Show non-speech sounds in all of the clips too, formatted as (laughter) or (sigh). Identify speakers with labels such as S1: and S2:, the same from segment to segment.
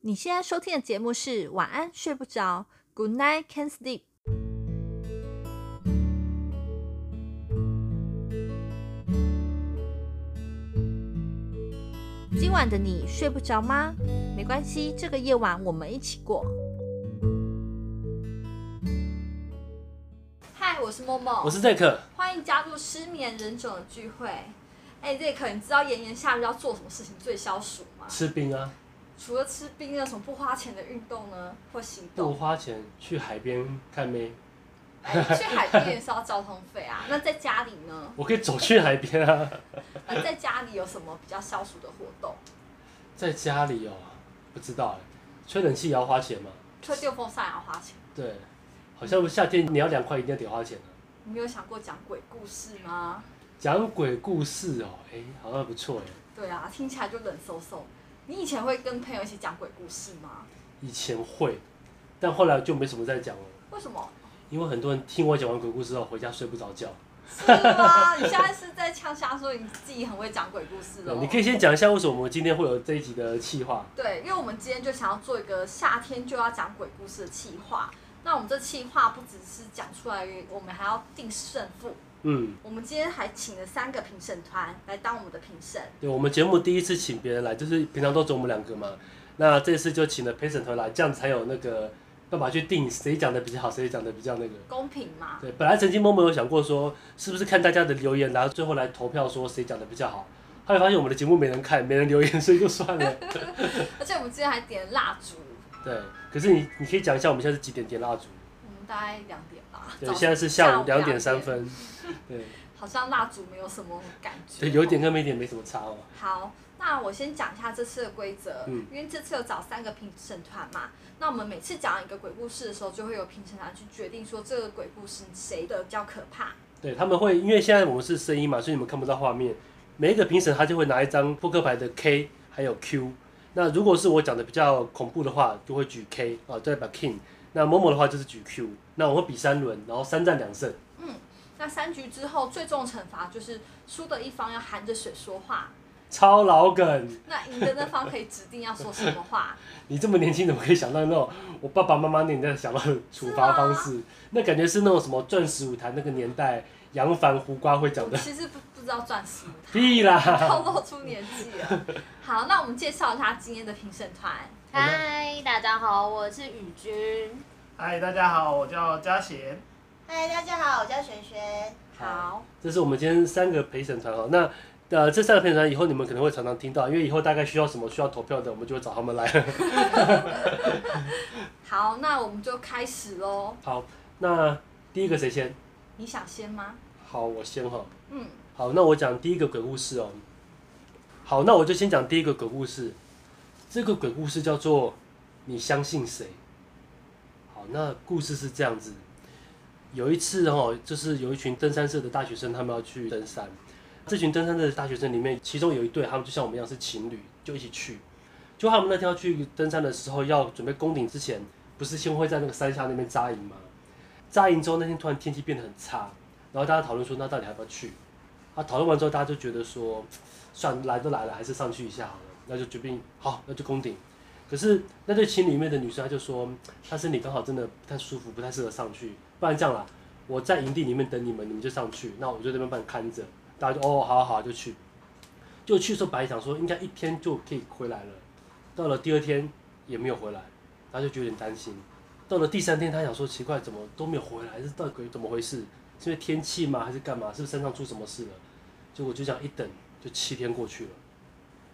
S1: 你现在收听的节目是《晚安睡不着》，Good night can't sleep。今晚的你睡不着吗？没关系，这个夜晚我们一起过。嗨，我是默默，
S2: 我是 Zack，
S1: 欢迎加入失眠人种的聚会。哎、这 z 你知道炎炎夏日要做什么事情最消暑吗？
S2: 吃冰啊，
S1: 除了吃冰，有什么不花钱的运动呢？或行
S2: 不
S1: 动？
S2: 花钱去海边看妹，
S1: 哎，去海边也是要交通费
S2: (laughs)
S1: 啊。那在家里呢？
S2: 我可以走去海边啊，
S1: 那在家里有什么比较消暑的活动？
S2: 在家里哦，不知道哎，吹冷气也要花钱嘛？
S1: 吹电风扇也要花钱。
S2: 对，好像夏天你要凉快一定要得花钱啊。
S1: 你没有想过讲鬼故事吗？
S2: 讲鬼故事哦，哎、好像不错哎。
S1: 对啊，听起来就冷飕飕。你以前会跟朋友一起讲鬼故事吗？
S2: 以前会，但后来就没什么再讲了，
S1: 为什么？
S2: 因为很多人听我讲完鬼故事后回家睡不着觉。
S1: 是啊吗？你现在是在呛瞎说你自己很会讲鬼故事
S2: 对
S1: 哦？
S2: 你可以先讲一下为什么我们今天会有这一集的企划，
S1: 对，因为我们今天就想要做一个夏天就要讲鬼故事的企划。那我们这企划不只是讲出来，我们还要定胜负。
S2: 嗯。
S1: 我们今天还请了三个评审团来当我们的评审。
S2: 对，我们节目第一次请别人来，就是平常都只有我们两个嘛。那这次就请了陪审团来，这样才有那个办法去定谁讲的比较好，谁讲的比较那个。
S1: 公平嘛，
S2: 对，本来曾经默默有想过说，是不是看大家的留言，然后最后来投票说谁讲的比较好。后来发现我们的节目没人看，没人留言， (laughs) 所以就算了。
S1: 而且我们今天还点了蜡烛，
S2: 对，可是你你可以讲一下我们现在是几点点蜡烛？
S1: 我们嗯大概两点吧。
S2: 对，
S1: 早
S2: 现在是下午两点三
S1: 2点，
S2: 分。 (laughs) 对，
S1: 好像蜡烛没有什么感觉。
S2: 对，有点。跟没点没什么差哦。
S1: 好，那我先讲一下这次的规则，
S2: 嗯
S1: 因为这次有找三个评审团嘛，那我们每次讲一个鬼故事的时候，就会有评审团去决定说这个鬼故事谁的比较可怕。
S2: 对，他们会因为现在我们是声音嘛，所以你们看不到画面。每一个评审他就会拿一张扑克牌的 K 还有 Q。那如果是我讲的比较恐怖的话，就会举 K 啊，代表 King。那某某的话就是举 Q。那我会比三轮，然后三战两胜。
S1: 那三局之后，最重惩罚就是输的一方要含着水说话，
S2: 超老梗，
S1: 那赢的那方可以指定要说什么
S2: (laughs)
S1: 话。
S2: 你这么年轻怎么可以想到那种我爸爸妈妈那年代想到的处罚方式？那感觉是那种什么钻石舞台那个年代杨凡胡瓜会讲
S1: 我
S2: 的。
S1: 其实不不知道钻石舞台，
S2: 屁啦！
S1: 透露出年纪了。好，那我们介绍一下今天的评审团。
S3: 嗨，大家好，我是雨君。
S4: 嗨，大家好，我叫嘉贤。
S5: 嗨，大家好，我叫璇璇。
S1: 好，
S2: 这是我们今天三个陪审团哦。那呃，这三个陪审团以后你们可能会常常听到，因为以后大概需要什么需要投票的，我们就会找他们来。 (laughs)
S1: 好，那我们就开始喽。
S2: 好，那第一个谁先？
S1: 你想先吗？
S2: 好，我先哈。
S1: 嗯，
S2: 好，那我讲第一个鬼故事哦。好，那我就先讲第一个鬼故事。这个鬼故事叫做“你相信谁”。好，那故事是这样子：有一次哦，就是有一群登山社的大学生，他们要去登山。这群登山社的大学生里面，其中有一对，他们就像我们一样是情侣，就一起去。就他们那天要去登山的时候，要准备攻顶之前，不是先会在那个山下那边扎营吗？扎营之后，那天突然天气变得很差，然后大家讨论说，那到底要不要去？啊，讨论完之后，大家就觉得说，算了来都来了，还是上去一下好了。那就决定好，那就攻顶。可是那对情侣里面的女生，她就说，她身体刚好真的不太舒服，不太适合上去。不然这样啦，我在营地里面等你们，你们就上去，那我就在那边帮你看着。大家就哦，好好好，就去。就去的时候，本来想说应该一天就可以回来了，到了第二天也没有回来，然后就觉得有点担心。到了第三天，他想说奇怪，怎么都没有回来，是到底怎么回事？是因为天气吗？还是干嘛？是不是山上出什么事了？结果就这样一等，就七天过去了。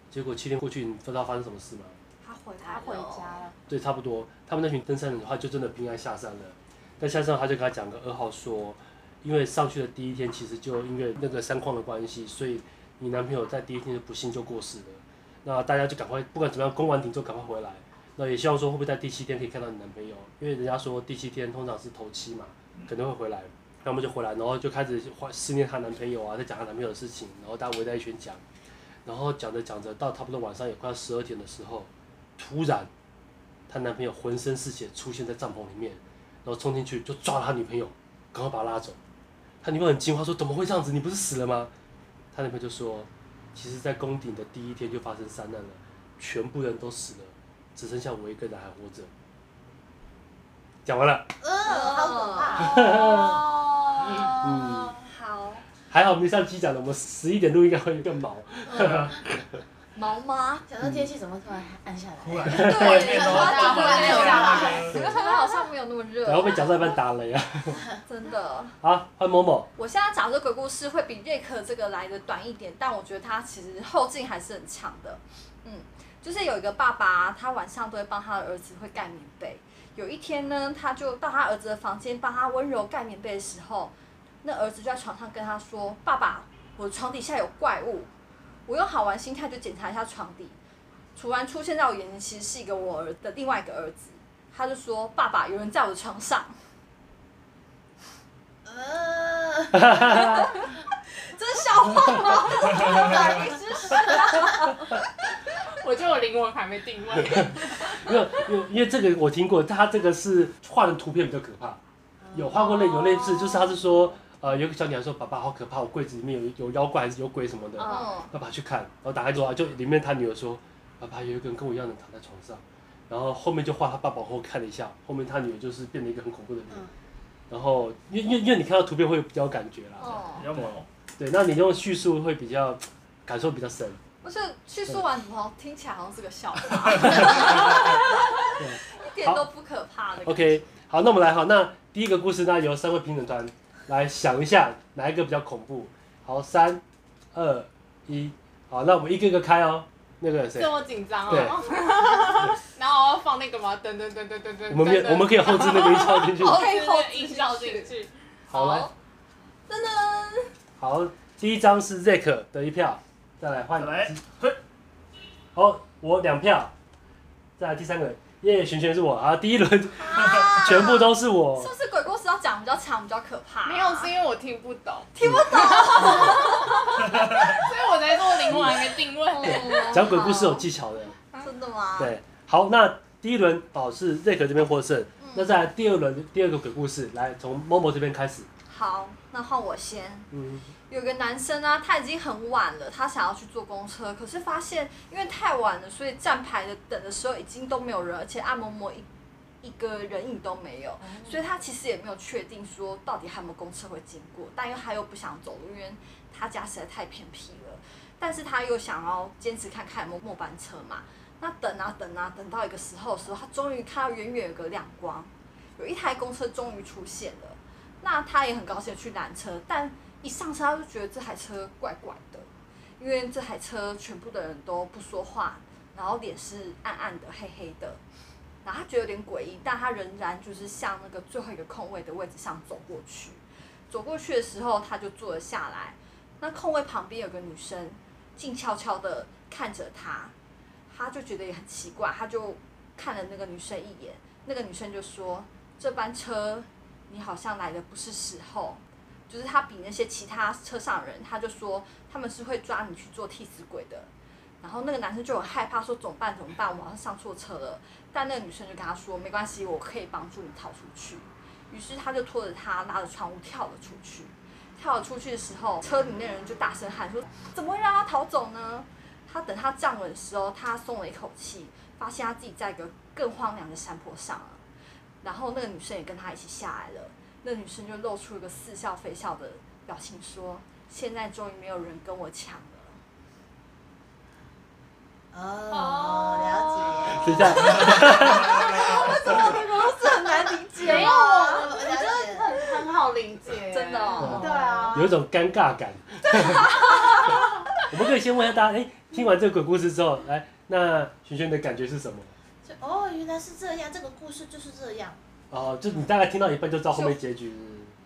S2: 结果七天过去，你知道发生什么事吗？
S1: 他回来
S3: 他
S1: 了。
S3: 回家了，
S2: 对，差不多。他们那群登山人的话，就真的平安下山了。但下山他就跟他讲个噩耗说，因为上去的第一天，其实就因为那个山况的关系，所以你男朋友在第一天就不幸就过世了。那大家就赶快，不管怎么样，攻完顶就赶快回来。那也希望说，会不会在第七天可以看到你男朋友？因为人家说第七天通常是头七嘛，可能会回来。那我们就回来，然后就开始怀思念她男朋友啊，在讲她男朋友的事情，然后大家围在一圈讲，然后讲着讲着，到差不多晚上也快要十二点的时候，突然她男朋友浑身是血出现在帐篷里面，然后冲进去就抓了她女朋友，赶快把她拉走。她女朋友很惊慌说：“怎么会这样子？你不是死了吗？”她女朋友就说：“其实，在宫顶的第一天就发生山难了，全部人都死了，只剩下我一个人还活着。讲完了，
S5: 嗯，好可怕。
S3: 哦，
S1: 好，
S2: 还好没上期讲的，我们十一点录应该会更毛。
S1: 毛妈，
S5: 想到天气怎么突然暗下
S4: 忽
S5: 来？
S4: 然
S1: 对，
S4: 外面都
S1: 它突然
S5: 没
S1: 没有
S5: 有
S1: 下来，
S4: 对
S1: 因为台湾好像没有那么热
S2: 然，后被讲到一半打雷啊！
S1: 真的。
S2: 好，换某某，
S1: 我现在讲这鬼故事会比瑞克这个来的短一点，但我觉得它其实后劲还是很强的。嗯，就是有一个爸爸，他晚上都会帮他的儿子会盖棉被。有一天呢，他就到他儿子的房间帮他温柔盖棉被的时候，那儿子就在床上跟他说：“爸爸，我的床底下有怪物。”我用好玩心态就检查一下床底，突然出现在我眼前，其实是一个我儿的另外一个儿子。他就说：“爸爸，有人在我的床上。” (laughs)
S6: 呃
S5: 嗯，
S1: 这是笑话吗？
S6: 我觉得我灵魂还没定位。
S2: 没有，因为因为这个我听过，他这个是画的图片比较可怕，
S1: 嗯
S2: 有画过类有类似，就是他是说，呃，有个小女孩说：“爸爸好可怕，我柜子里面有有妖怪还是有鬼什么的。”
S1: 嗯，
S2: 爸爸去看，然后打开之后啊就里面他女儿说，爸爸有一个人跟我一样的躺在床上，然后后面就画他爸爸往后看了一下，后面他女儿就是变得一个很恐怖的人，
S5: 嗯
S2: 然后因为因为因为你看到图片会比较有感觉啦，
S1: 哦
S4: 比。较猛，
S2: 对，那你用叙述会比较感受比较深，
S1: 不是去说完怎么好像听起来好像是个笑话，
S2: (laughs)
S1: 一点都不可怕的感觉。
S2: OK，好，那我们来哈，那第一个故事呢，由三位评审团来想一下哪一个比较恐怖。好，三、二、一，好，那我们一个一个开哦。那个谁
S6: 这，么紧张
S2: 对
S6: 哦。 (laughs) 然后我要放那个嘛，噔噔噔噔噔噔。
S2: 我们没有，我们可以后置那个音效进去。
S1: 好
S6: 可以
S1: 后
S6: 后
S1: 置
S6: 音效进去。
S2: 好来，
S1: 噔噔，
S2: 好，第一张是 Zack 的一票，再来换
S4: 再来，嘿，
S2: 好，我两票，再来第三个，耶，璇璇是我啊，第一轮
S1: 啊
S2: (laughs) 全部都是我
S1: 是，不是鬼故事要讲比较长，比较可怕？啊
S6: 没有，是因为我听不
S5: (laughs)
S6: 懂，
S1: 听不
S6: (laughs)
S1: 懂。
S6: 所以我才说我灵魂还没定位。
S2: 讲鬼故事有技巧的，
S1: 好哦真的吗？，
S2: 对，好，那第一轮哦是 Zack 这边获胜，那
S1: 嗯，
S2: 再来第二轮第二个鬼故事，来从 Momo 这边开始，
S1: 好，那换我先。
S2: 嗯，
S1: 有个男生啊，他已经很晚了，他想要去坐公车，可是发现因为太晚了，所以站牌的等的时候已经都没有人，而且按摩摩一一个人影都没有，所以他其实也没有确定说到底还有没有公车会经过，但因为他又不想走路，因为他家实在太偏僻了，但是他又想要坚持看看有没有末班车嘛。那等啊等啊，等到一个时候的时候，他终于看到远远有个亮光，有一台公车终于出现了。那他也很高兴地去拦车，但一上车他就觉得这台车怪怪的，因为这台车全部的人都不说话，然后脸是暗暗的、黑黑的，然后他觉得有点诡异，但他仍然就是向那个最后一个空位的位置上走过去。走过去的时候，他就坐了下来。那空位旁边有个女生，静悄悄的看着他，他就觉得也很奇怪，他就看了那个女生一眼。那个女生就说：“这班车，你好像来的不是时候。”就是他比那些其他车上人，他就说他们是会抓你去做替死鬼的。然后那个男生就很害怕，说怎么办？怎么办？我好像上错车了。但那个女生就跟他说，没关系，我可以帮助你逃出去。于是他就拖着他，拉着窗户跳了出去。跳了出去的时候，车里面的人就大声喊说：“怎么会让他逃走呢？”他等他站稳的时候，他松了一口气，发现他自己在一个更荒凉的山坡上了。然后那个女生也跟他一起下来了。那女生就露出一个似笑非笑的表情，说：“现在终于没有人跟我抢了。”
S5: (laughs) 哦，了解。
S2: (laughs) 等一下，
S1: 是很难理解
S6: 没有，我
S5: 我
S6: 我
S5: 了
S6: 觉
S5: 解
S6: 得很很好理解，
S1: 真的哦
S6: 对啊，
S2: 有一种尴尬感。 (laughs) 我们可以先问一下大家，哎、听完这个鬼故事之后，来，那璇璇的感觉是什么？
S5: 就哦，原来是这样，这个故事就是这样。
S2: 哦，就你大概听到一半就知道后面结局。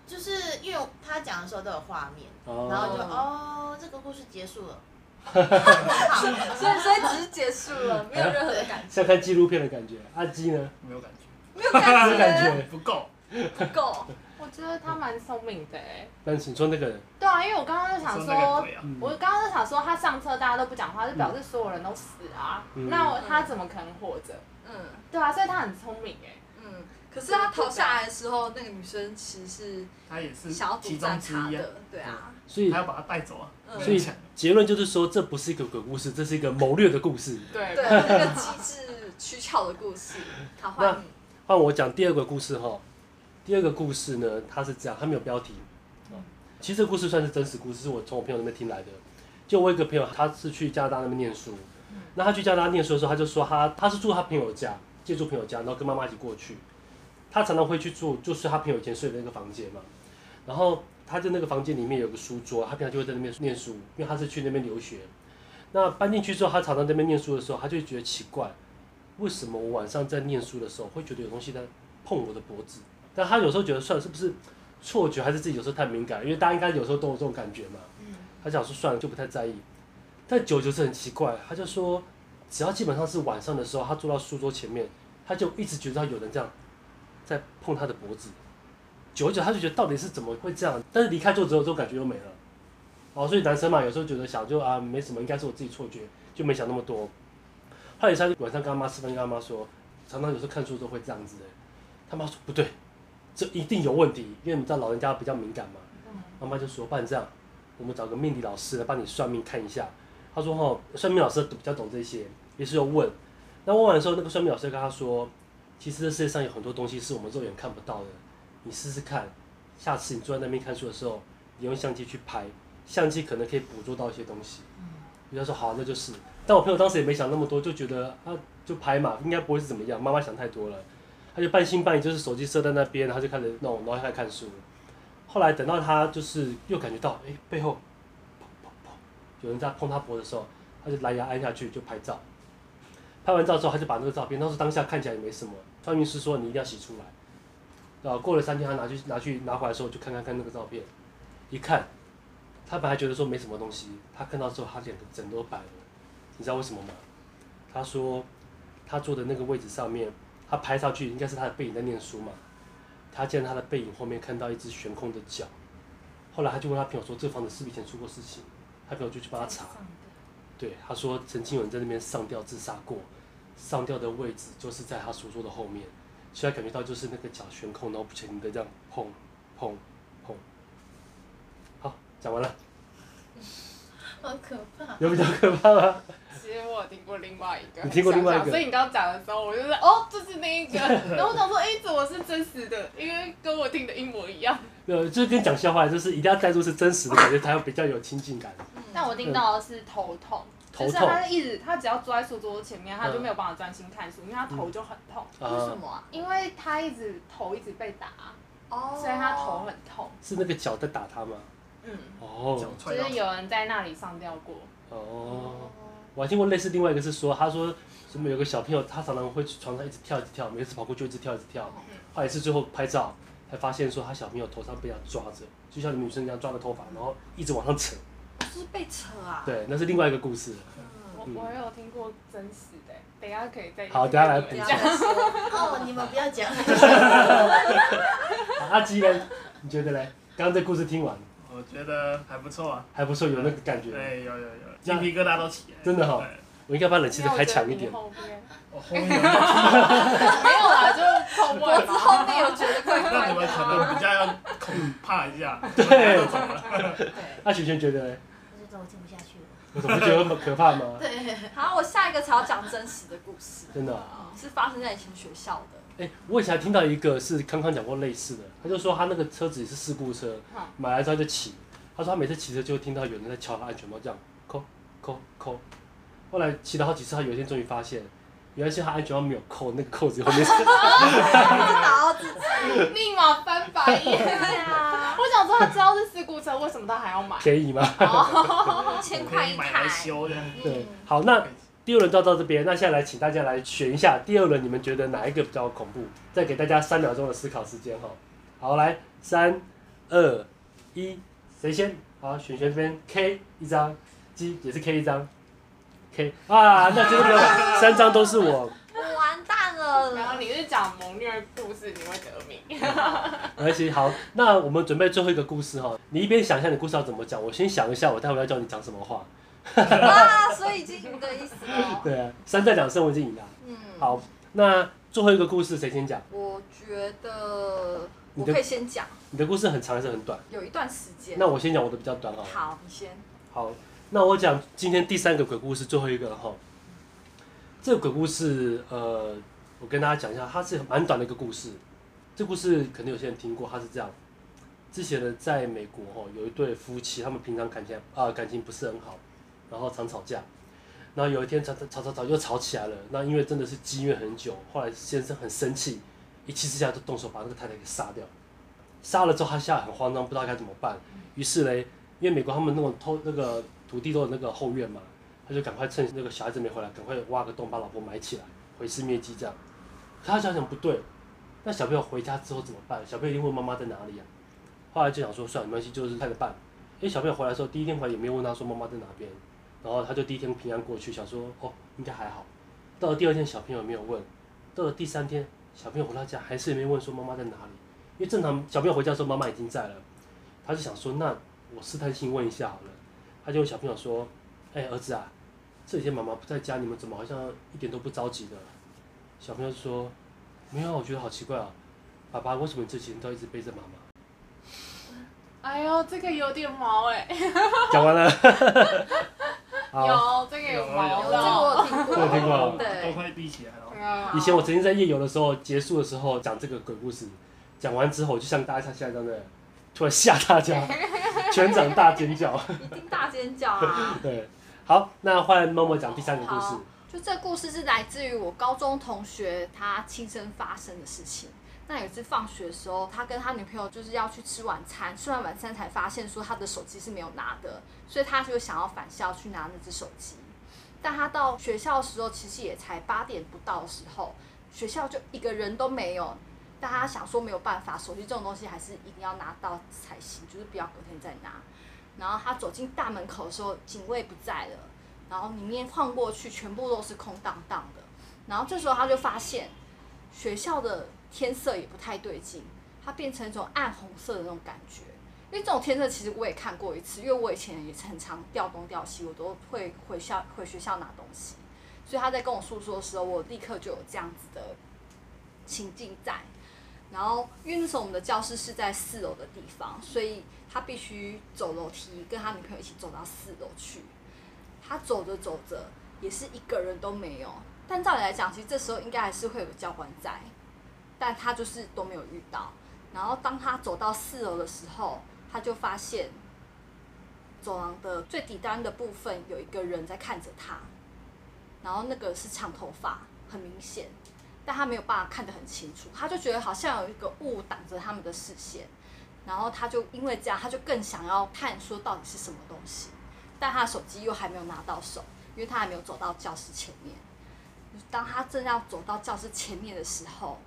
S5: 就是因为他讲的时候都有画面，然后
S2: 哦，
S5: 就哦，这个故事结束了。
S1: 所以所以只是结束了，没有任何的感觉，
S2: 像看纪录片的感觉。阿基呢？
S4: 没有感觉，
S1: 没有
S2: 没
S1: 感
S2: 有
S1: 觉，
S2: 感觉。
S4: 不够，
S1: 不够。
S6: 我觉得他蛮聪明的哎。
S2: 但是你说那个人，
S6: 对啊，因为我刚刚就想
S4: 说那个
S6: 说
S4: 鬼，啊，
S2: 嗯
S6: 我刚刚就想说他上车大家都不讲话，就表示所有人都死啊，
S2: 嗯
S6: 那我他怎么可能活着？
S1: 嗯
S6: 对啊，所以他很聪明哎。
S1: 嗯。可是他逃下来的时候，那个女生其实
S4: 他也是
S1: 是想要独
S4: 其
S1: 占
S4: 中之
S1: 他
S4: 一啊，
S1: 的，对啊。
S2: 所以
S4: 他要把他带走啊，
S1: 嗯
S2: 所以
S4: 抢
S1: 啊
S2: 结论就是说，这不是一个鬼故事，这是一个谋略的故事。
S6: 对
S1: 对，那个机制取巧的故事。好，
S2: 那
S1: 换你。
S2: 换我讲第二个故事哈。第二个故事呢，它是这样，它没有标题。其实这个故事算是真实故事，是我从我朋友那边听来的。就我有一个朋友，他是去加拿大那边念书。那他去加拿大念书的时候，他就说他他是住他朋友家，借住朋友家，然后跟妈妈一起过去。他常常会去住，就是他朋友以前睡的那个房间嘛。然后他在那个房间里面有个书桌，他平常就会在那边念书，因为他是去那边留学。那搬进去之后，他常常在那边念书的时候，他就觉得奇怪，为什么我晚上在念书的时候会觉得有东西在碰我的脖子？但他有时候觉得算了，是不是错觉，还是自己有时候太敏感？因为大家应该有时候都有这种感觉嘛。他想说算了，就不太在意。但久而久之很奇怪，他就说，只要基本上是晚上的时候，他坐到书桌前面，他就一直觉得有人这样在碰他的脖子。久而久，他就觉得到底是怎么会这样？但是离开桌之后，这种感觉又没了。哦，所以男生嘛，有时候觉得想就啊没什么，应该是我自己错觉，就没想那么多。后来他晚上跟他妈吃饭，跟他妈说，常常有时候看书都会这样子的。他妈说不对，这一定有问题，因为你知道老人家比较敏感嘛。妈妈就说，不然这样，我们找个命理老师来帮你算命看一下。他说哦，算命老师比较懂这些，于是就问。那问完的时候，那个算命老师跟他说，其实这世界上有很多东西是我们肉眼看不到的，你试试看，下次你坐在那边看书的时候，你用相机去拍，相机可能可以捕捉到一些东西。人家说好，那就是。但我朋友当时也没想那么多，就觉得啊，就拍嘛，应该不会是怎么样。妈妈想太多了，他就半信半疑，就是手机设在那边，他就开始弄，然后开始看书。后来等到他就是又感觉到，哎、背后砰砰砰，有人在碰他脖子的时候，他就蓝牙按下去就拍照。拍完照之后，他就把那个照片，当时当下看起来也没什么。算命师说你一定要洗出来。然后过了三天，他拿去拿去拿回来的时候，就看看看那个照片，一看，他本来觉得说没什么东西，他看到之后，他脸整个都白了。你知道为什么吗？他说他坐的那个位置上面，他拍上去应该是他的背影在念书嘛。他见他的背影后面看到一只悬空的脚，后来他就问他朋友说，这个房子是不是以前出过事情？他朋友就去帮他查。对，他说曾经有人在那边上吊自杀过，上吊的位置就是在他书桌的后面，所以他感觉到就是那个脚悬空，然后不停的这样碰碰碰。好，讲完了，
S5: (laughs) 好可怕。
S2: 有比较可怕吗？
S6: 其实我有听过另外一个，
S2: 你听过另外一个
S6: 想想所以你刚刚讲的时候，我就是哦，这是那
S2: (laughs)
S6: 一个，然后我想说，哎、怎么是真实的？因为跟我听的一模一样。
S2: 呃，就是跟讲笑话，就是一定要带入是真实的感觉，才会比较有亲近感。
S6: 但我听到的是头痛，
S2: 头
S6: 就是
S2: 痛嗯
S6: 他一直他只要坐在书桌前面，他就没有办法专心看书，因为他头就很痛，
S1: 为什
S2: 啊，
S1: 么啊？
S6: 因为他一直头一直被打，
S1: 哦，
S6: 所以他头很痛。
S2: 是那个脚在打他吗？
S6: 嗯，
S2: 哦
S4: 脚
S6: 就
S4: 踹到
S6: 是有人在那里上吊过。
S2: 哦，我还听过类似另外一个是说，他说什么有个小朋友，他常常会去床上一直跳一直跳，每次跑过去就一直跳一直跳，
S6: 嗯
S2: 后来是最后拍照才发现说他小朋友头上被人家抓着，就像你们女生一样抓着头发，然后一直往上扯。
S1: 是被扯啊。
S2: 对，那是另外一个故事。
S6: (laughs) 我
S2: 嗯
S6: 我有听过真实的，等一下可以再
S2: 好等一下来补
S1: 不
S6: 一
S1: 要
S6: 下。
S1: 再说。
S5: 哦，你们不要讲。
S2: 啊阿基呢？你觉得嘞？刚刚这故事听完
S4: 我觉得还不错啊，
S2: 还不错，有那个感觉。
S4: 对，有有有，鸡皮疙瘩都起来了，
S2: 真的哦
S4: 对
S2: 我应该把冷气再开强一点。
S6: 后面
S4: 我后面有那个
S6: 没有啦，就后
S1: 脖
S6: 面
S1: 子后面有觉得怪
S4: 那
S1: 怪
S4: 你们可
S1: 的吗？
S4: 能比较要恐怕一下，
S2: 对
S4: 我们
S2: 那璇璇觉得嘞？
S5: 我就知道我听不下去了。
S2: 我怎么觉得很可怕吗？
S5: 对，
S1: (laughs) 好，我下一个才要讲真实的故事，
S2: 真的哦、
S1: 是发生在以前学校的。
S2: 哎、我以前还听到一个是康康讲过类似的，他就说他那个车子也是事故车
S6: 嗯，
S2: 买来之后他就骑，他说他每次骑车就会听到有人在敲他安全帽，这样扣扣扣。后来骑了好几次，他有一天终于发现，原来是他安全帽没有扣，那个扣子后面是。？
S1: 不知道自己
S6: 立马翻白眼。
S1: 啊，
S6: 我想说，他知道是事故车，为什么他还要买
S2: 便宜吗？
S1: 千块
S4: 可
S1: 一
S4: 以买来
S1: 台。
S4: 修的。
S2: 对，好，那第二轮就到这边，那现在来请大家来选一下，第二轮你们觉得哪一个比较恐怖？再给大家三秒钟的思考时间哈。好，来，三、二、一，谁先？好，选选这边 K 一张，鸡也是 K 一张，K 啊，那真的不用三张都是我，
S1: 我完蛋
S6: 然
S1: (laughs)
S6: 后
S1: 了。
S6: 你是讲谋虐故事，你会得名。
S2: 而且好，那我们准备最后一个故事哈，你一边想一下你故事要怎么讲，我先想一下，我待会要叫你讲什么话。
S1: 啊，所以已经赢的意思了。
S2: 对啊，三战两胜我已经赢了。
S1: 嗯，
S2: 好，那最后一个故事谁先讲？
S1: 我觉得
S2: 你
S1: 我
S2: 的
S1: 可以先讲，
S2: 你的故事很长还是很短？
S1: 有一段时间。
S2: 那我先讲我的比较短好了。
S1: 好，你先。
S2: 好，那我讲今天第三个鬼故事，最后一个了哈。这个鬼故事，呃，我跟大家讲一下，它是蛮短的一个故事。这故事可能有些人听过，它是这样：之前呢，在美国哦，有一对夫妻，他们平常感情啊、感情不是很好，然后常吵架。然后有一天吵吵吵吵吵又吵起来了，那因为真的是积怨很久，后来先生很生气，一气之下就动手把那个太太给杀掉。杀了之后，他现在很慌张，不知道该怎么办。于是嘞，因为美国他们那种偷那个土地都有那个后院嘛，他就赶快趁那个小孩子没回来，赶快挖个洞把老婆埋起来，毁尸灭迹这样。可他想想不对，那哎小朋友回家之后怎么办？小朋友一定问妈妈在哪里啊。后来就想说算了，没关系，就是看着办。因为小朋友回来的时候，第一天回来也没有问他说妈妈在哪边，然后他就第一天平安过去，想说哦应该还好。到了第二天，小朋友也没有问，到了第三天，小朋友回到家还是没问说妈妈在哪里，因为正常小朋友回家的时候妈妈已经在了，他就想说那我试探性问一下好了，他就问小朋友说，哎、儿子啊，这几天妈妈不在家，你们怎么好像一点都不着急的？小朋友就说，没有啊，我觉得好奇怪啊，爸爸为什么你这几天都一直背着妈妈？ (laughs)
S6: 哎呦，这个有点毛哎、
S2: 讲完了，好，
S6: 有这个有
S1: 有
S6: 毛
S1: 这
S6: 的
S1: 个
S6: 哦。
S1: 我有听过，
S2: 我有听过
S4: 都
S1: 对，
S4: 快立起来了。
S6: 嗯
S2: 以前我曾经在夜游的时候，结束的时候讲这个鬼故事，讲完之后我就像大家像现在这样的，突然吓大家，全场大尖叫。 (laughs)
S1: 一定大尖叫啊！
S2: 对，好，那换默默讲第三个故事
S1: 好。就这故事是来自于我高中同学他亲身发生的事情。那有一次放学的时候，他跟他女朋友就是要去吃晚餐，吃完晚餐才发现说他的手机是没有拿的，所以他就想要返校去拿那只手机。但他到学校的时候，其实也才八点不到的时候，学校就一个人都没有。但他想说没有办法，手机这种东西还是一定要拿到才行，就是不要隔天再拿。然后他走进大门口的时候，警卫不在了。然后里面晃过去，全部都是空荡荡的。然后这时候他就发现学校的天色也不太对劲，它变成一种暗红色的那种感觉。因为这种天色其实我也看过一次，因为我以前也是很常调东调西，我都会回校回学校拿东西，所以他在跟我诉说的时候，我立刻就有这样子的情境在。然后因为那时候我们的教室是在四楼的地方，所以他必须走楼梯，跟他女朋友一起走到四楼去。他走着走着也是一个人都没有。但照理来讲，其实这时候应该还是会有教官在，但他就是都没有遇到。然后当他走到四楼的时候，他就发现走廊的最底端的部分有一个人在看着他，然后那个是长头发，很明显，但他没有办法看得很清楚，他就觉得好像有一个雾挡着他们的视线。然后他就因为这样，他就更想要看说到底是什么东西。但他的手机又还没有拿到手，因为他还没有走到教室前面。当他正要走到教室前面的时候，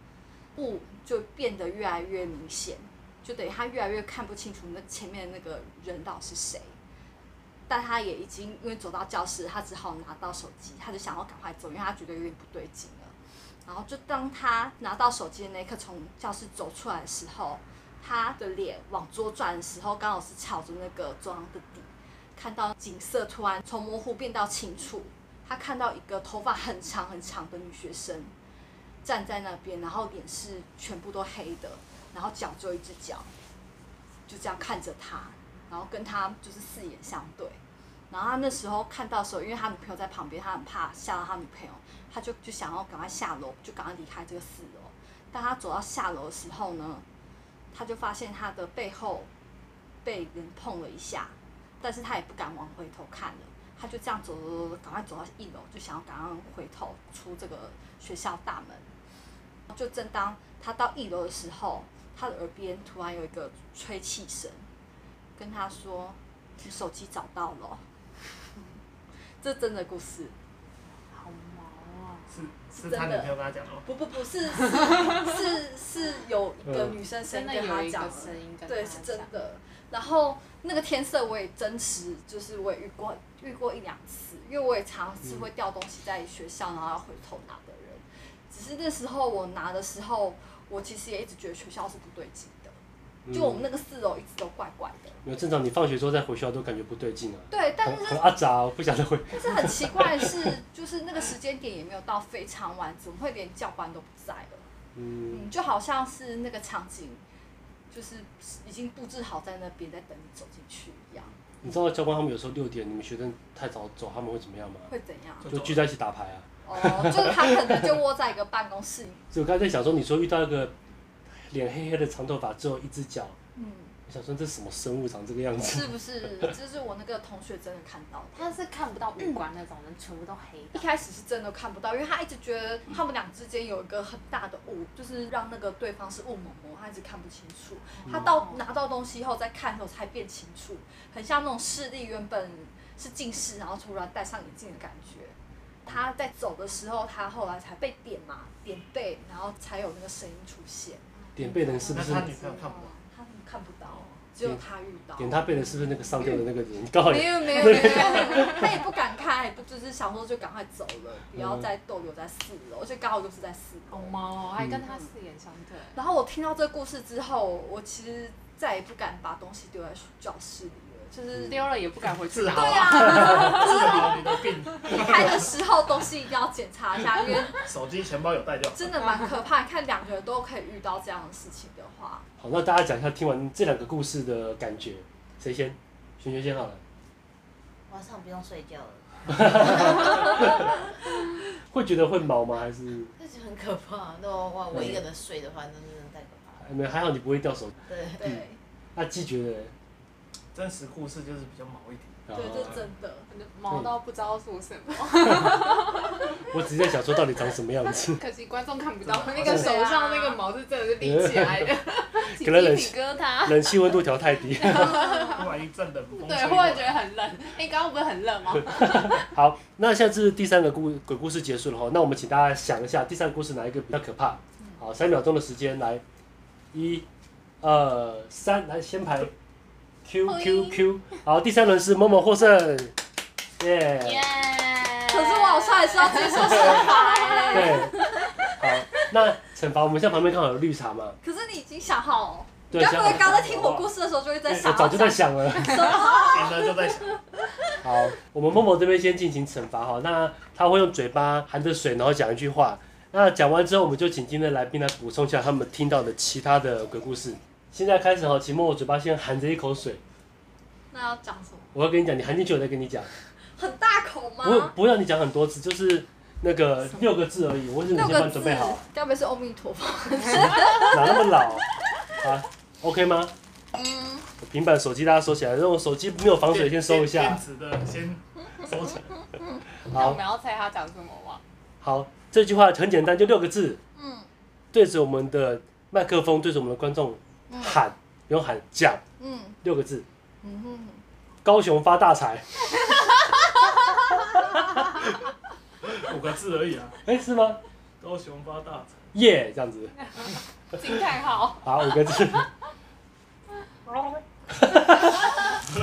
S1: 雾就变得越来越明显，就等于他越来越看不清楚那前面的那个人到底是谁。但他也已经因为走到教室，他只好拿到手机，他就想要赶快走，因为他觉得有点不对劲了。然后就当他拿到手机的那一刻，从教室走出来的时候，他的脸往左转的时候，刚好是朝着那个走廊的底看到景色突然从模糊变到清楚，他看到一个头发很长很长的女学生站在那边，然后脸是全部都黑的，然后脚就一只脚，就这样看着他，然后跟他就是四眼相对。然后他那时候看到的时候，因为他女朋友在旁边，他很怕吓到他女朋友，他就就想要赶快下楼，就赶快离开这个四楼。当他走到下楼的时候呢，他就发现他的背后被人碰了一下，但是他也不敢往回头看了，他就这样走走走走，赶快走到一楼，就想要赶快回头出这个学校大门。就正当他到一楼的时候，他的耳边突然有一个吹气声，跟他说：“你手机找到了哦。 (laughs) 这真的故事，
S6: 好毛啊！
S4: 是是他女朋友跟他讲的吗？
S1: 不不不是是是是有一个
S2: 嗯
S1: 女生声
S6: 真
S1: 音
S6: 的
S1: 跟
S6: 有
S1: 他
S6: 一
S1: 讲
S6: 个
S1: 了，
S6: 声音跟
S1: 对，
S6: 他
S1: 是真
S6: 讲
S1: 的。然后那个天色我也真实，就是我也遇过遇过一两次，因为我也常是会掉东西在学校，然后要回头拿的人。只是那时候我拿的时候，我其实也一直觉得学校是不对劲的，
S2: 嗯
S1: 就我们那个四楼一直都怪怪的。
S2: 没有正常，你放学之后再回学校都感觉不对劲啊，
S1: 对，但
S2: 很
S1: 是
S2: 很阿杂、哦，不想再回。
S1: 但是很奇怪的是，就是那个时间点也没有到非常晚，怎么会连教官都不在了？
S2: 嗯，
S1: 嗯，就好像是那个场景，就是已经布置好在那边，在等你走进去一样，
S2: 你知道教官他们有时候六点你们学生太早走，他们会怎么样吗？
S1: 会怎样？
S2: 就聚在一起打牌啊，
S1: 哦，就是他可能就窝在一个办公室里，
S2: 所以我刚才在想说，你说遇到一个脸黑黑的长头发只有一只脚，
S1: 嗯，
S2: 我想说这什么生物长这个样子？
S1: 是不是？就是我那个同学真的看到的。
S3: 他是看不到五官那种人，全部都黑
S1: 一
S3: 的。
S1: 开始是真的看不到，因为他一直觉得他们俩之间有一个很大的雾，就是让那个对方是雾蒙蒙，他一直看不清楚。他到拿到东西以后再看的时候才变清楚，很像那种视力原本是近视，然后突然戴上眼镜的感觉。他在走的时候，他后来才被点嘛，点背，然后才有那个声音出现。哦
S2: 点背的人是不
S4: 那
S2: 是
S4: 他女朋友看不到，
S1: 他们看不到，只有他遇到。
S2: 点他背的是不是那个上吊的那个人？刚好
S1: (laughs) 没有没有没有，他也不敢开，也不就是想说就赶快走了，不要再逗留在四楼，而且刚好就是在四楼
S6: 好。猫哦，还跟他四眼相对。
S1: 然后我听到这个故事之后，我其实再也不敢把东西丢在教室里了，
S3: 嗯
S1: 就是
S6: 丢了也不敢回去
S4: 自豪
S1: 对
S4: 啊，
S1: 啊，
S4: 自豪你的病，
S1: 离开的时候东西一定要检查一下，因为
S4: 手机钱包有带掉，
S1: 真的蛮可怕。看两个人都可以遇到这样的事情的话，
S2: 好，那大家讲一下听完这两个故事的感觉，谁先？璇璇先好了。
S5: 晚上不用睡觉了，
S2: 会觉得会毛吗？还是
S5: 那就很可怕。那我我我一个人睡的话，那真的太可怕了。
S2: 没有还好你不会掉手。
S5: 对，
S1: 对
S2: 那季觉得嘞，
S4: 真实故事就是比较毛一点。
S1: 对，
S2: 啊
S1: 这真的。
S6: 毛到不知道说什么，
S2: 我只是在想说到底长什么样
S3: 嗯
S2: 子。
S6: 可惜观众看不到，
S4: 对啊
S6: 那个手上那个毛是真的是立起来的， (laughs)
S3: 起
S2: 可能冷
S3: 啊鸡皮疙瘩，
S2: 冷气温度调太低。
S4: 突然一阵冷风吹过
S6: 对，
S4: 来，
S6: 忽然觉得很冷。哎，刚刚不是很冷吗？
S2: 好，那现在是第三个故鬼故事结束了哈，那我们请大家想一下第三个故事哪一个比较可怕？好，三秒钟的时间来，一、二、三，来先排 Q Q Q。好，第三轮是某某获胜，耶、
S3: 耶！嗯
S1: 可是我好像还是要接受惩罚欸
S2: 对，好，那惩罚我们现在旁边刚好有绿茶嘛，
S1: 可是你已经想好了，
S2: 对，
S1: 该不会
S2: 现
S1: 刚在听我故事的时候就会在
S2: 我
S1: 想
S2: 早就在
S1: 要
S2: 想了。
S1: 讲什么？
S4: 赢了就在想，
S2: 好，我们默默这边先进行惩罚哈。那他会用嘴巴含着水，然后讲一句话。那讲完之后，我们就请今天的来宾来补充一下他们听到的其他的鬼故事。现在开始哈，请默默嘴巴先含着一口水，
S1: 那要讲什么？
S2: 我要跟你讲，你含进去我再跟你讲，
S1: 很大口吗
S2: 不？会不会让你讲很多次，就是那个六个字而已。我会请你
S1: 六
S2: 先帮
S1: 个
S2: 你
S1: 字
S2: 准备好，，
S1: 该不会是阿弥陀佛？
S2: 哪那么老啊？OK 吗？平板、手机大家收起来，如果手机没有防水，先收一
S4: 电
S2: 下
S4: 电。子的先收起来，
S6: 那我
S2: 好
S6: 们要猜他讲什么吗？
S2: 好，这句话很简单，就六个字。
S1: 嗯
S2: 对着我们的麦克风，对着我们的观众喊，不用喊，讲
S1: 嗯
S2: 六个字：
S1: 嗯哼。
S2: 高雄发大财。
S4: 五个字而已啊，
S2: 哎、是吗？
S4: 高雄发大财，
S2: 耶、这样子。
S6: 惊叹号。
S2: 好，五个字。
S1: (laughs)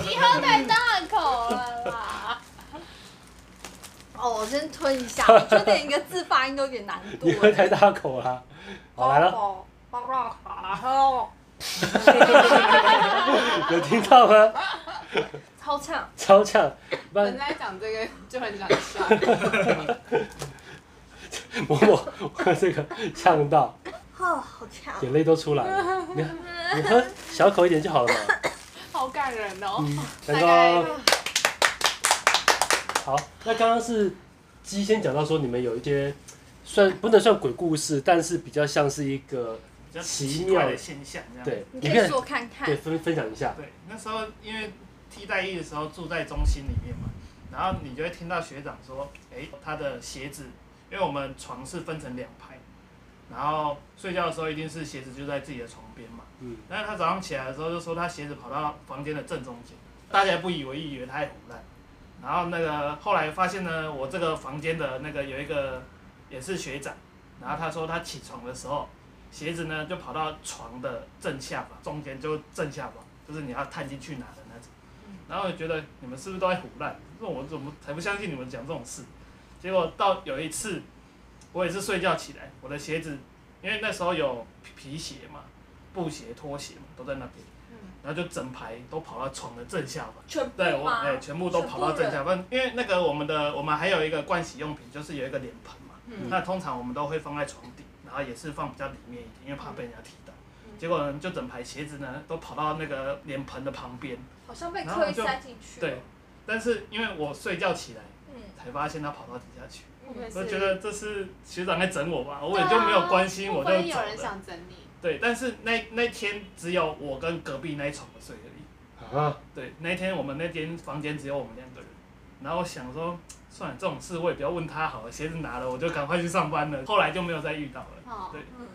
S6: 你喝太大口了啦！
S1: (laughs) 哦，我先吞一下，我觉得连一个字发音都有点难度
S2: (laughs) 你
S1: 欸。
S2: 喝太大口啦、好，来了，
S1: 哦。包包包啊
S6: (laughs)
S2: 有听到吗？
S1: 超呛，
S2: 超呛！不
S6: 本
S2: 然
S6: 来讲这个就很想笑， (laughs)
S2: 某某，我这个呛到，
S1: 哦，好呛。
S2: 眼泪都出来了。你你喝小口一点就好了嘛。
S6: 好感人哦。
S2: 嗯，
S6: 大
S2: 蛋
S6: 概
S2: 糕。好，那刚刚是鸡先讲到说你们有一些算不能算鬼故事，但是比较像是一个
S4: 比较
S2: 奇
S4: 奇怪
S2: 妙
S4: 的现象这样。
S2: 对，
S1: 你
S2: 你
S1: 可
S2: 可
S1: 以
S2: 以
S1: 说看看
S2: 对，分分享一下。
S4: 对，那时候因为替代役的时候住在中心里面嘛，然后你就会听到学长说，哎、他的鞋子，因为我们床是分成两排，然后睡觉的时候一定是鞋子就在自己的床边嘛，
S2: 嗯，
S4: 但是他早上起来的时候就说他鞋子跑到房间的正中间，大家也不以为意，以为他在胡乱。然后那个后来发现呢，我这个房间的那个有一个也是学长，然后他说他起床的时候，鞋子呢就跑到床的正下方，中间就正下方，就是你要探进去拿的那种。然后我就觉得你们是不是都在胡乱？那我怎么才不相信你们讲这种事？结果到有一次，我也是睡觉起来，我的鞋子，因为那时候有皮皮鞋嘛，布鞋、拖鞋嘛，都在那边，
S6: 嗯
S4: 然后就整排都跑到床的正下方。
S1: 全部
S4: 对我
S1: 吗
S4: 哎、？全部都跑到正下方，因为那个我们的我们还有一个盥洗用品，就是有一个脸盆嘛，
S6: 嗯
S4: 那通常我们都会放在床底，然后也是放比较里面一点，因为怕被人家踢到。
S6: 嗯
S4: 结果呢，就整排鞋子呢都跑到那个脸盆的旁边，
S1: 好像被刻意塞进去。
S4: 对，。但是因为我睡觉起来
S1: 嗯
S4: 才发现它跑到底下去，
S6: 会
S3: 嗯
S6: 不会
S4: 我
S6: 是？啊
S4: 觉得这是学长在整我吧，我也就没有关心，我就
S6: 会
S4: 走
S6: 有人
S4: 了。
S6: 想整你，
S4: 对，但是那那天只有我跟隔壁那一床的睡而已。
S2: 啊，
S4: 对，那一天我们那间房间只有我们两个人，然后我想说，算了，这种事我也不要问他好了，鞋子拿了我就赶快去上班了。后来就没有再遇到了，
S6: 哦，
S4: 对
S1: 嗯，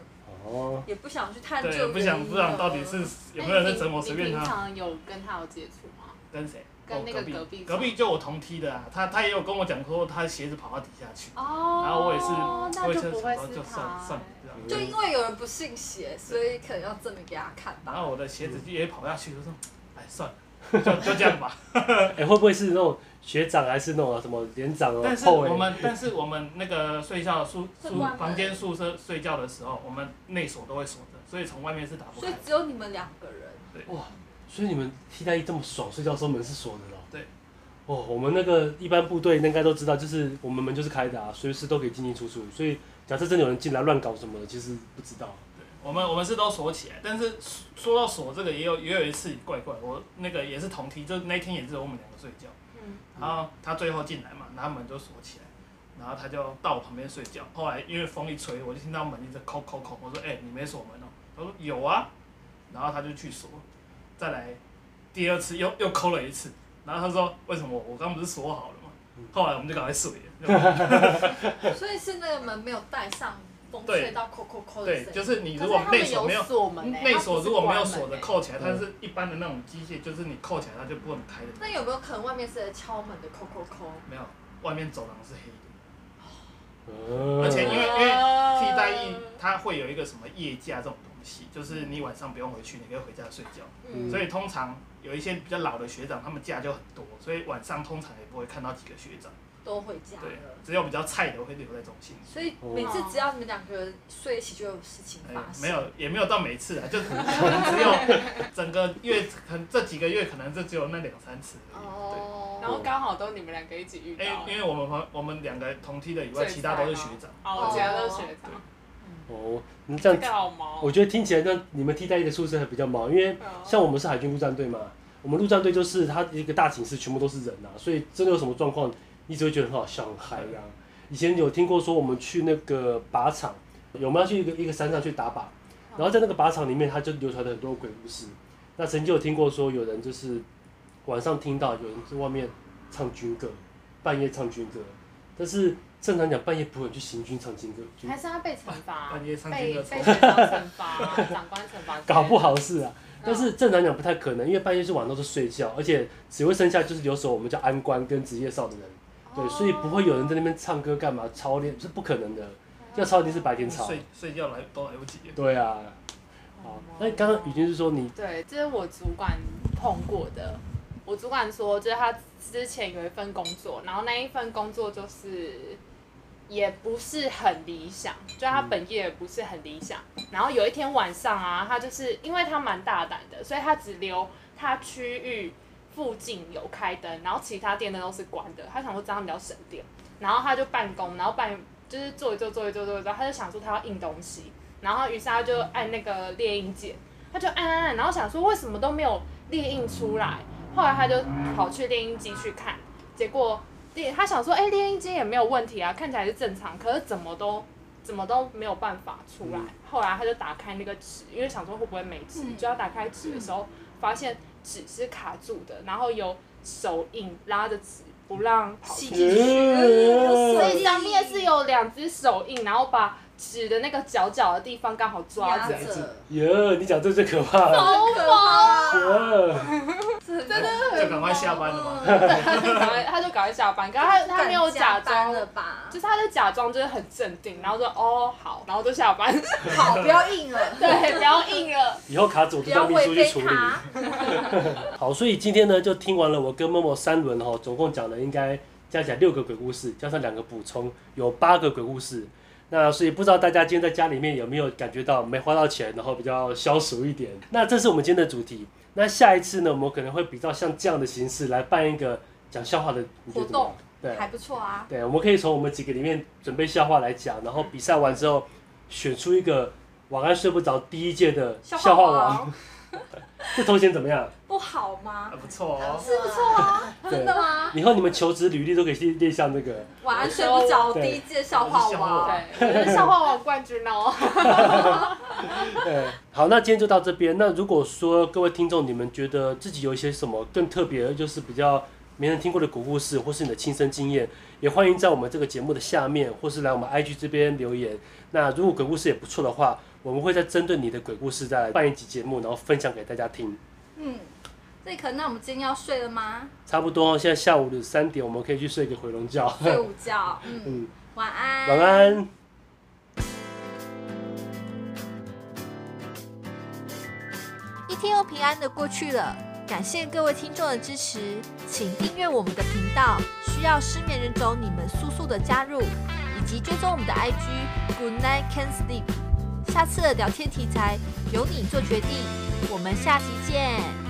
S2: 哦，
S1: 也不想去探究原
S4: 对，
S1: 因
S4: 不想不想到底
S6: 哦
S4: 是有没有人在整我，随便
S6: 你平
S4: 他。
S6: 常有跟他有接触吗？
S4: 跟谁？
S6: 跟
S4: 哦
S6: 那个
S4: 隔
S6: 隔
S4: 壁
S6: 壁
S4: 隔壁就我同梯的啊，他他也有跟我讲说他鞋子跑到底下去，
S6: 哦，
S4: 然后我也是
S6: 那就
S4: 想
S6: 不
S4: 说
S6: 会
S4: 就是算
S6: 他
S4: 算了这样。
S1: 就因为有人不信邪，所以可能要证明给他看吧。
S4: 然后我的鞋子也跑下去，我说，哎，算了，就就这样吧。
S2: 哎、会不会是那种学长还是那种什么连长哦
S4: 但？是
S2: 后
S4: 我
S2: 卫
S4: 们，但是我们那个睡觉宿
S1: 会
S4: 宿
S1: 关门
S4: 房间宿舍睡觉的时候，我们内锁都会锁着，所以从外面是打不
S1: 所
S4: 开
S1: 以。只有你们两个人，
S2: 哇，所以你们替代役这么爽，睡觉的时候门是锁的了。
S4: 对。
S2: 哦，我们那个一般部队应该都知道，就是我们门就是开的啊，随时都可以进进出出。所以假设真的有人进来乱搞什么的，其实不知道。
S4: 对我们我们是都锁起来，但是说说到锁这个，也有也有一次怪怪，我那个也是同梯，就那天也是我们两个睡觉，
S6: 嗯，
S4: 然后他最后进来嘛，然后门就锁起来，然后他就到我旁边睡觉。后来因为风一吹，我就听到门一直扣扣扣，我说：“哎、你没锁门哦、他说：“有啊。”然后他就去锁，再来第二次又又扣了一次，然后他说：“为什么我我刚不是锁好了吗？”后来我们就赶快睡
S3: (laughs)
S4: 了。
S1: 所以是那个门没有带上，风
S4: 对
S1: 吹到扣扣扣的
S4: 对，
S1: 声音。
S4: 就是你
S3: 可
S4: 如
S3: 是
S4: 果
S3: 他
S4: 内
S3: 们
S4: 锁没有
S3: 有锁门欸
S4: 嗯内
S3: 它
S4: 锁
S3: 不是
S4: 如果没有
S3: 关门
S4: 锁的
S3: 欸
S4: 扣起来，它
S2: 嗯
S4: 是一般的那种机械，就是你扣起来它就不能开的。
S1: 那有没有可能外面是在敲门的扣扣扣？
S4: 没有，外面走廊是黑的，
S2: 嗯
S4: 而且因为因为
S3: 呃
S6: 为
S4: 替代役它会有一个什么夜假这种东西，就是你晚上不用回去，你可以回家睡觉。
S2: 嗯
S4: 所以通常有一些比较老的学长，他们假就很多，所以晚上通常也不会看到几个学长。
S1: 都回家
S4: 对
S1: 了，，
S4: 只有比较菜的会留在中心。
S1: 所以每次只要你们两个人睡一起，就有事情
S4: 哎
S1: 发生。
S4: 没有，也没有到每次啊，就只
S3: (laughs)
S4: 有整个月，可能这几个月可能就只有那两三次而已。对。
S1: 哦，
S6: 然后刚好都你们两个一起遇
S4: 因为
S6: 到，
S4: 哎因为我们朋我们两个同梯的以外，其他都是学长。
S6: 哦，其他都是学长，
S2: 哦，你这
S6: 这
S2: 样，
S6: 个好毛
S2: 我
S6: 哦，
S2: 觉得听起来让你们替代役的宿舍还比较忙，因为像我们是海军陆战队嘛，我们陆战队就是它一个大寝室全部都是人啊，所以真的有什么状况，你只会觉得很好笑、很嗨啊。以前有听过说我们去那个靶场，我们要去一个一个山上去打靶，然后在那个靶场里面，它就流传了很多鬼故事。那曾经有听过说有人就是晚上听到有人在外面唱军歌，半夜唱军歌，但是正常讲半夜不会有人去行军唱军歌，就
S3: 还是他被惩罚，
S4: 半夜上
S3: 被
S4: 军
S3: 被
S4: 的
S3: 学长惩罚，长官惩罚，
S2: 搞不好是啊。但
S6: 嗯
S2: 是正常讲不太可能，因为半夜是晚上都是睡觉，而且只会剩下就是留守我们叫安官跟职业哨的人，对，所以不会有人在那边唱歌干嘛操练是不可能的，要操一定是白天操。
S4: 睡睡觉来都来不及。
S2: 对啊，
S6: 哦
S2: 好，那刚刚雨君是说你
S6: 对，这是我主管碰过的。我主管说，就是他之前有一份工作，然后那一份工作就是也不是很理想，就他本业也不是很理想。然后有一天晚上啊，他就是因为他蛮大胆的，所以他只留他区域附近有开灯，然后其他电灯都是关的。他想说这样比较省电，然后他就办公，然后办就是做一做做一做做一做，他就想说他要印东西，然后于是他就按那个列印键。他就按按按，然后想说为什么都没有列印出来，后来他就跑去列印机去看，结果列他想说，哎、列印机也没有问题啊，看起来是正常，可是怎么都怎么都没有办法出来。后来他就打开那个纸，因为想说会不会没纸，
S1: 嗯
S6: 就要打开纸的时候，发现纸是卡住的，然后有手印拉着纸不让跑出
S1: 戏
S6: 去。
S1: 剧学，
S6: 所以上面是有两只手印，然后把纸的那个角角的地方刚好抓
S1: 压
S6: 着，
S1: 着，
S2: 耶，你讲这最可怕了，
S1: 好可怕，
S2: 耶，
S1: 啊真的嗯
S4: 就赶快下班了嘛。
S1: 嘛，
S6: 对，他就赶快，他就赶快下班，可是他他没有假装，
S1: 了吧？
S6: 就是他在假装就是很镇定，然后说哦好，然后就下班，
S1: 好，不要硬了，
S6: (laughs) 对，不要硬了，
S2: 以后卡子我
S1: 不
S2: 都叫
S1: 要
S2: 秘书
S1: 为
S2: 去
S1: 非
S2: 处理。
S1: 他。
S2: 好，所以今天呢，就听完了我跟默默三轮哈，总共讲了应该加起来六个鬼故事，加上两个补充，有八个鬼故事。那所以不知道大家今天在家里面有没有感觉到没花到钱，然后比较消暑一点？那这是我们今天的主题。那下一次呢，我们可能会比较像这样的形式来办一个讲笑话的你觉得怎么样
S1: 活动
S2: 对，
S1: 还不错啊，
S2: 对，我们可以从我们几个里面准备笑话来讲，然后比赛完之后选出一个晚安睡不着第一届的
S1: 笑
S2: 笑话
S1: 话 (laughs)
S2: 王。这头衔怎么样？
S1: 不好
S4: 好吗 (laughs)
S7: 还？不错哦。
S5: 是不错啊，
S2: 对
S4: 真，的吗？
S2: (laughs) 以后你们求职履历都可以列列上那个，
S4: 晚安睡不着，第一届笑话王，
S6: 对，我是笑话王冠军哦。
S2: 对，好，那今天就到这边。那如果说各位听众，你们觉得自己有一些什么更特别，就是比较没人听过的古故事，或是你的亲身经验，也欢迎在我们这个节目的下面，或是来我们 IG 这边留言。那如果鬼故事也不错的话，我们会再针对你的鬼故事再来办一集节目，然后分享给大家听。
S4: 嗯，这可那我们今天要睡了吗？
S2: 差不多，现在下午的三点，我们可以去睡个回笼觉。 (laughs)
S4: 睡午觉，嗯，
S2: 嗯，
S4: 晚安，
S2: 晚安。
S1: 一天又平安的过去了。感谢各位听众的支持，请订阅我们的频道。需要失眠人种你们速速的加入，以及追踪我们的 IG Good Night Can Sleep。下次的聊天题材由你做决定，我们下期见。